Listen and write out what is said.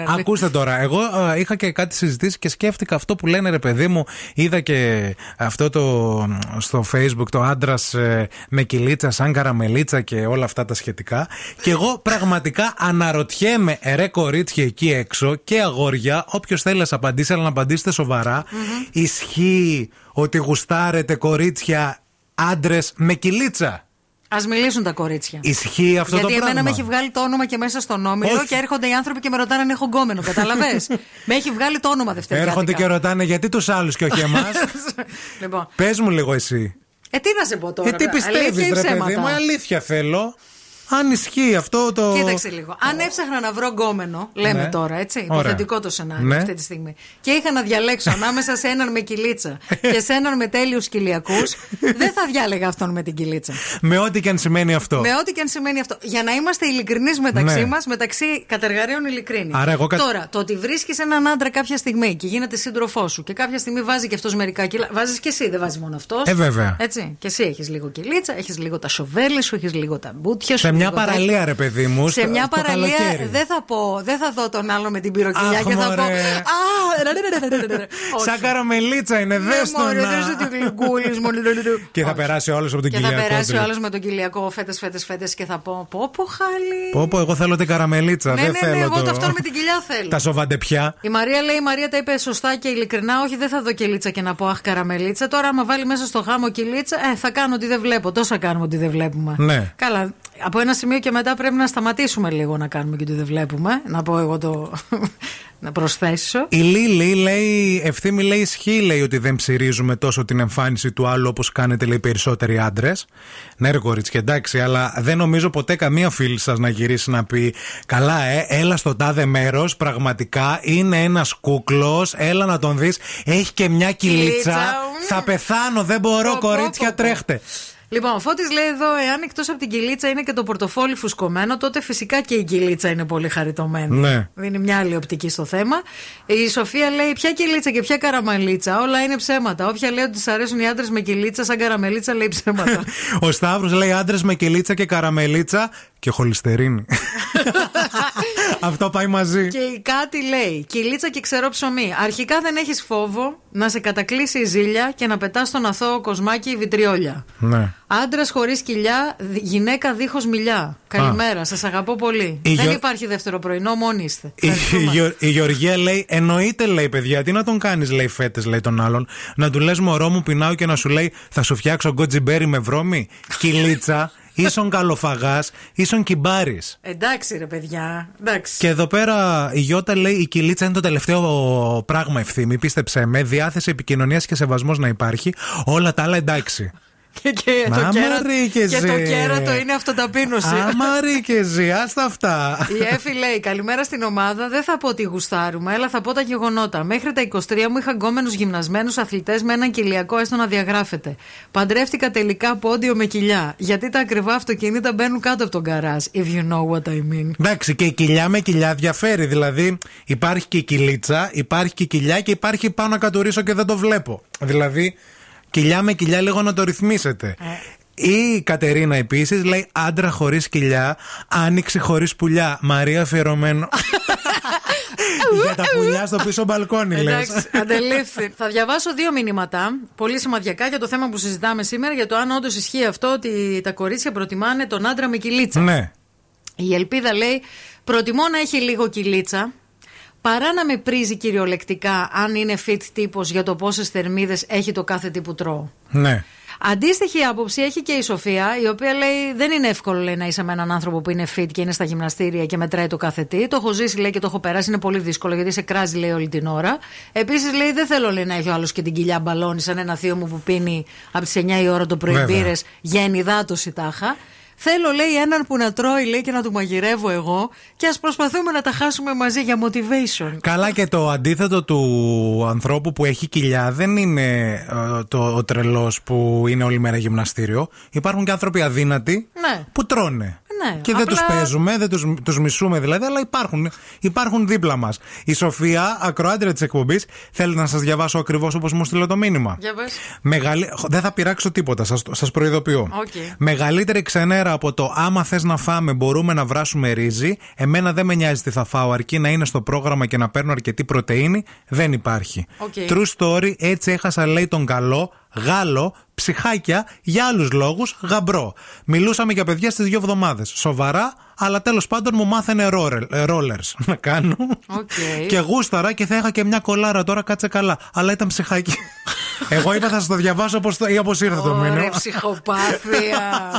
Ναι. Ακούστε τώρα, εγώ α, είχα και κάτι συζητήσει και σκέφτηκα αυτό που λένε ρε παιδί μου. Είδα και αυτό το στο facebook το άντρας με κυλίτσα, σαν καραμελίτσα και όλα αυτά τα σχετικά. Και εγώ πραγματικά αναρωτιέμαι, «Ε, ρε κορίτσια εκεί έξω και αγόρια, όποιος θέλει να σας απαντήσει, αλλά να απαντήσετε σοβαρά. Ισχύει ότι γουστάρετε κορίτσια άντρες με κυλίτσα. Ας μιλήσουν τα κορίτσια. Ισχύει αυτό Γιατί το εμένα πράγμα. με έχει βγάλει το όνομα και μέσα στον όμιλο Όχι. και έρχονται οι άνθρωποι και με ρωτάνε αν έχω γκόμενο. Κατάλαβε. με έχει βγάλει το όνομα Δευτέρα. Έρχονται και ρωτάνε γιατί τους άλλους και όχι εμάς. λοιπόν. Πες μου λίγο εσύ. Ε, τι να σε πω τώρα. Ε, τι τώρα. Αλήθεια πιστεύει, ή ρε παιδί ψέματα? μου, αλήθεια θέλω. Αν ισχύει αυτό το. Κοίταξε λίγο. Αν έψαχνα να βρω γκόμενο, λέμε Ναι. τώρα, έτσι. Ωραία. Υποθετικό το σενάριο Ναι. αυτή τη στιγμή. Και είχα να διαλέξω ανάμεσα σε έναν με κυλίτσα και σε έναν με τέλειους κοιλιακούς, δεν θα διάλεγα αυτόν με την κυλίτσα. Με ό,τι και αν σημαίνει αυτό. Με ό,τι και αν σημαίνει αυτό. Για να είμαστε ειλικρινείς μεταξύ Ναι. μας, μεταξύ κατεργαρίων ειλικρίνη. Άρα εγώ κα- Τώρα, το ότι βρίσκεις έναν άντρα κάποια στιγμή και γίνεται σύντροφό σου και κάποια στιγμή βάζει και αυτός μερικά κιλά. Βάζεις και εσύ, δεν βάζει μόνο αυτός. Ε, βέβαια. Έτσι. Και εσύ έχεις λίγο κυλίτσα, έχεις λίγο τα σοβέλη σου, έχεις λίγο τα μπούτια σου. Σε μια λίγο τα- παραλία, ρε παιδί μου. σε στο- μια το παραλία καλοκαίρι. δεν θα πω, δεν θα δω τον άλλο με την πυροκυλιά Αχ, και θα μωρέ. πω. Α, ρε, ρε, ρε, ρε, ρε, ρε». Σαν Όχι. καραμελίτσα είναι, Ναι, δες μωρέ, δες το τι γλυκούλης μου, ρε, ρε, ρε. Και θα Όχι. περάσει όλος από τον Και θα κοιλιακό. περάσει ο δηλαδή. άλλο με τον κοιλιακό φέτες, φέτες, φέτες και θα πω. Πω, πω, χάλι. Πω, πω, εγώ θέλω την καραμελίτσα. ναι, δεν ναι, θέλω ναι, εγώ το... το αυτό με την κοιλιά θέλω. Τα σοβαντεπιά. Η Μαρία λέει: Η Μαρία τα είπε σωστά και ειλικρινά. Όχι, δεν θα δω κυλίτσα και να πω Αχ, καραμελίτσα. Τώρα, άμα βάλει μέσα στο γάμο κυλίτσα, ε, θα κάνω ότι δεν βλέπω. Τόσα κάνουμε ότι δεν βλέπουμε. Ναι. Καλά. Από ένα σημείο και μετά πρέπει να σταματήσουμε λίγο να κάνουμε και ότι δεν βλέπουμε. Να πω εγώ το. να προσθέσω. Η Λίλη λέει, ευθύμη λέει, ισχύει λέει ότι δεν ψυρίζουμε τόσο την εμφάνιση του άλλου όπως κάνετε λέει περισσότεροι άντρες. Ναι, ρε κορίτσια, εντάξει, αλλά δεν νομίζω ποτέ καμία φίλη σας να γυρίσει να πει Καλά, ε, έλα στο τάδε μέρος, πραγματικά είναι ένας κούκλος, έλα να τον δεις, έχει και μια Κυλίτσα, κυλίτσα. μμμ. Θα πεθάνω, δεν μπορώ, Πω, πω, κορίτσια, πω, πω. τρέχτε. Λοιπόν, ο Φώτης λέει εδώ, εάν εκτός από την κυλίτσα είναι και το πορτοφόλι φουσκωμένο, τότε φυσικά και η κυλίτσα είναι πολύ χαριτωμένη. Ναι. Δίνει μια άλλη οπτική στο θέμα. Η Σοφία λέει: Ποια κυλίτσα και ποια καραμαλίτσα, όλα είναι ψέματα. Όποια λέει ότι της αρέσουν οι άντρες με κυλίτσα, σαν καραμελίτσα, λέει ψέματα. Ο Σταύρος λέει άντρες με κυλίτσα και καραμελίτσα και χολυστερίνη. Αυτό πάει μαζί. και η Κάτι λέει: Κυλίτσα και ξερό ψωμί. Αρχικά δεν έχεις φόβο να σε κατακλείσει η ζήλια και να πετάς στον αθώο κοσμάκι η βιτριόλια. Ναι. Άντρας χωρίς κοιλιά, δι- γυναίκα δίχως μιλιά. Καλημέρα, σας αγαπώ πολύ. Η Δεν Γεω- υπάρχει δεύτερο πρωινό, μόνοι είστε. Η, Ευχαριστούμε. Γεω- η Γεωργία λέει: Εννοείται, λέει παιδιά, τι να τον κάνεις, λέει φέτες, λέει τον άλλον. Να του λες μωρό μου, πεινάω και να σου λέει: Θα σου φτιάξω γκοτζιμπέρι με βρώμη, κυλίτσα, ίσον καλοφαγάς, ίσον κυμπάρης. Εντάξει, ρε παιδιά. Εντάξει. Και εδώ πέρα η Γιώτα λέει: Η κυλίτσα είναι το τελευταίο πράγμα ευθύνη. Πίστεψε με, διάθεση επικοινωνίας και σεβασμός να υπάρχει. Όλα τα άλλα εντάξει. Και, και το Άμα κέρατο, ρε, και και το ζε. κέρατο είναι αυτοταπείνωση. Άμα ρε και ζει, άστα αυτά. Η Εφη λέει: Καλημέρα στην ομάδα. Δεν θα πω ότι γουστάρουμε, αλλά θα πω τα γεγονότα. Μέχρι τα 23 μου είχα γκόμενους γυμνασμένους αθλητές με έναν κοιλιακό, έστω να διαγράφεται. Παντρεύτηκα τελικά πόντιο με κοιλιά. Γιατί τα ακριβά αυτοκίνητα μπαίνουν κάτω από τον καράζ. If you know what I mean. Εντάξει, και η κοιλιά με κοιλιά διαφέρει. Δηλαδή, υπάρχει και η κοιλίτσα, υπάρχει και η κοιλιά και υπάρχει πάω να κατουρίσω και δεν το βλέπω. Δηλαδή, κοιλιά με κοιλιά λίγο να το ρυθμίσετε. Η Κατερίνα επίσης λέει άντρα χωρίς κοιλιά, άνοιξη χωρίς πουλιά. Μαρία αφιερωμένο. Για τα πουλιά στο πίσω μπαλκόνι, λες. Εντάξει, αντελήφθη. Θα διαβάσω δύο μηνύματα πολύ σημαντικά για το θέμα που συζητάμε σήμερα για το αν όντως ισχύει αυτό ότι τα κορίτσια προτιμάνε τον άντρα με κυλίτσα. Ναι. Η Ελπίδα λέει: Προτιμώ να έχει λίγο κυλίτσα παρά να με πρίζει κυριολεκτικά αν είναι fit τύπος για το πόσες θερμίδες έχει το κάθε τι που τρώω. Ναι. Αντίστοιχη άποψη έχει και η Σοφία, η οποία λέει: Δεν είναι εύκολο λέει, να είσαι με έναν άνθρωπο που είναι fit και είναι στα γυμναστήρια και μετράει το κάθε τι. Το έχω ζήσει λέει, και το έχω περάσει. Είναι πολύ δύσκολο γιατί σε κράζει λέει, όλη την ώρα. Επίσης λέει: Δεν θέλω λέει, να έχει ο άλλος και την κοιλιά μπαλώνει σαν ένα θείο μου που πίνει από τις 9 η ώρα το πρωί Βέβαια. μπύρες για ενυδάτωση τάχα. Θέλω, λέει, έναν που να τρώει, λέει, και να του μαγειρεύω εγώ και ας προσπαθούμε να τα χάσουμε μαζί για motivation. Καλά και το αντίθετο του ανθρώπου που έχει κοιλιά δεν είναι ε, το, ο τρελός που είναι όλη μέρα γυμναστήριο. Υπάρχουν και άνθρωποι αδύνατοι Ναι. που τρώνε. Ναι, και δεν απλά- του παίζουμε, δεν τους τους μισούμε δηλαδή, αλλά υπάρχουν, υπάρχουν δίπλα μας. Η Σοφία, ακροάτρια της εκπομπής, θέλει να σας διαβάσω ακριβώς όπως μου στείλε το μήνυμα. Για πες. Μεγαλη... Δεν θα πειράξω τίποτα, σας, το- σας προειδοποιώ. Οκ. Μεγαλύτερη ξενέρα από το άμα θες να φάμε μπορούμε να βράσουμε ρύζι. Εμένα δεν με νοιάζει τι θα φάω, αρκεί να είναι στο πρόγραμμα και να παίρνω αρκετή πρωτεΐνη. Δεν υπάρχει. Οκ. True story, έτσι έχασα λέει τον καλό, γάλο, ψυχάκια, για άλλους λόγους, γαμπρό. Μιλούσαμε για παιδιά στις δύο εβδομάδες. Σοβαρά, αλλά τέλος πάντων μου μάθαινε ρόρελ- ε, rollers να κάνω. Οκ. Και γούσταρα και θα είχα και μια κολάρα τώρα, κάτσε καλά. Αλλά ήταν ψυχάκι. Εγώ είπα θα σας το διαβάσω όπως το- ή όπως ήρθε το Ωρε, μήνυμα. ψυχοπάθεια.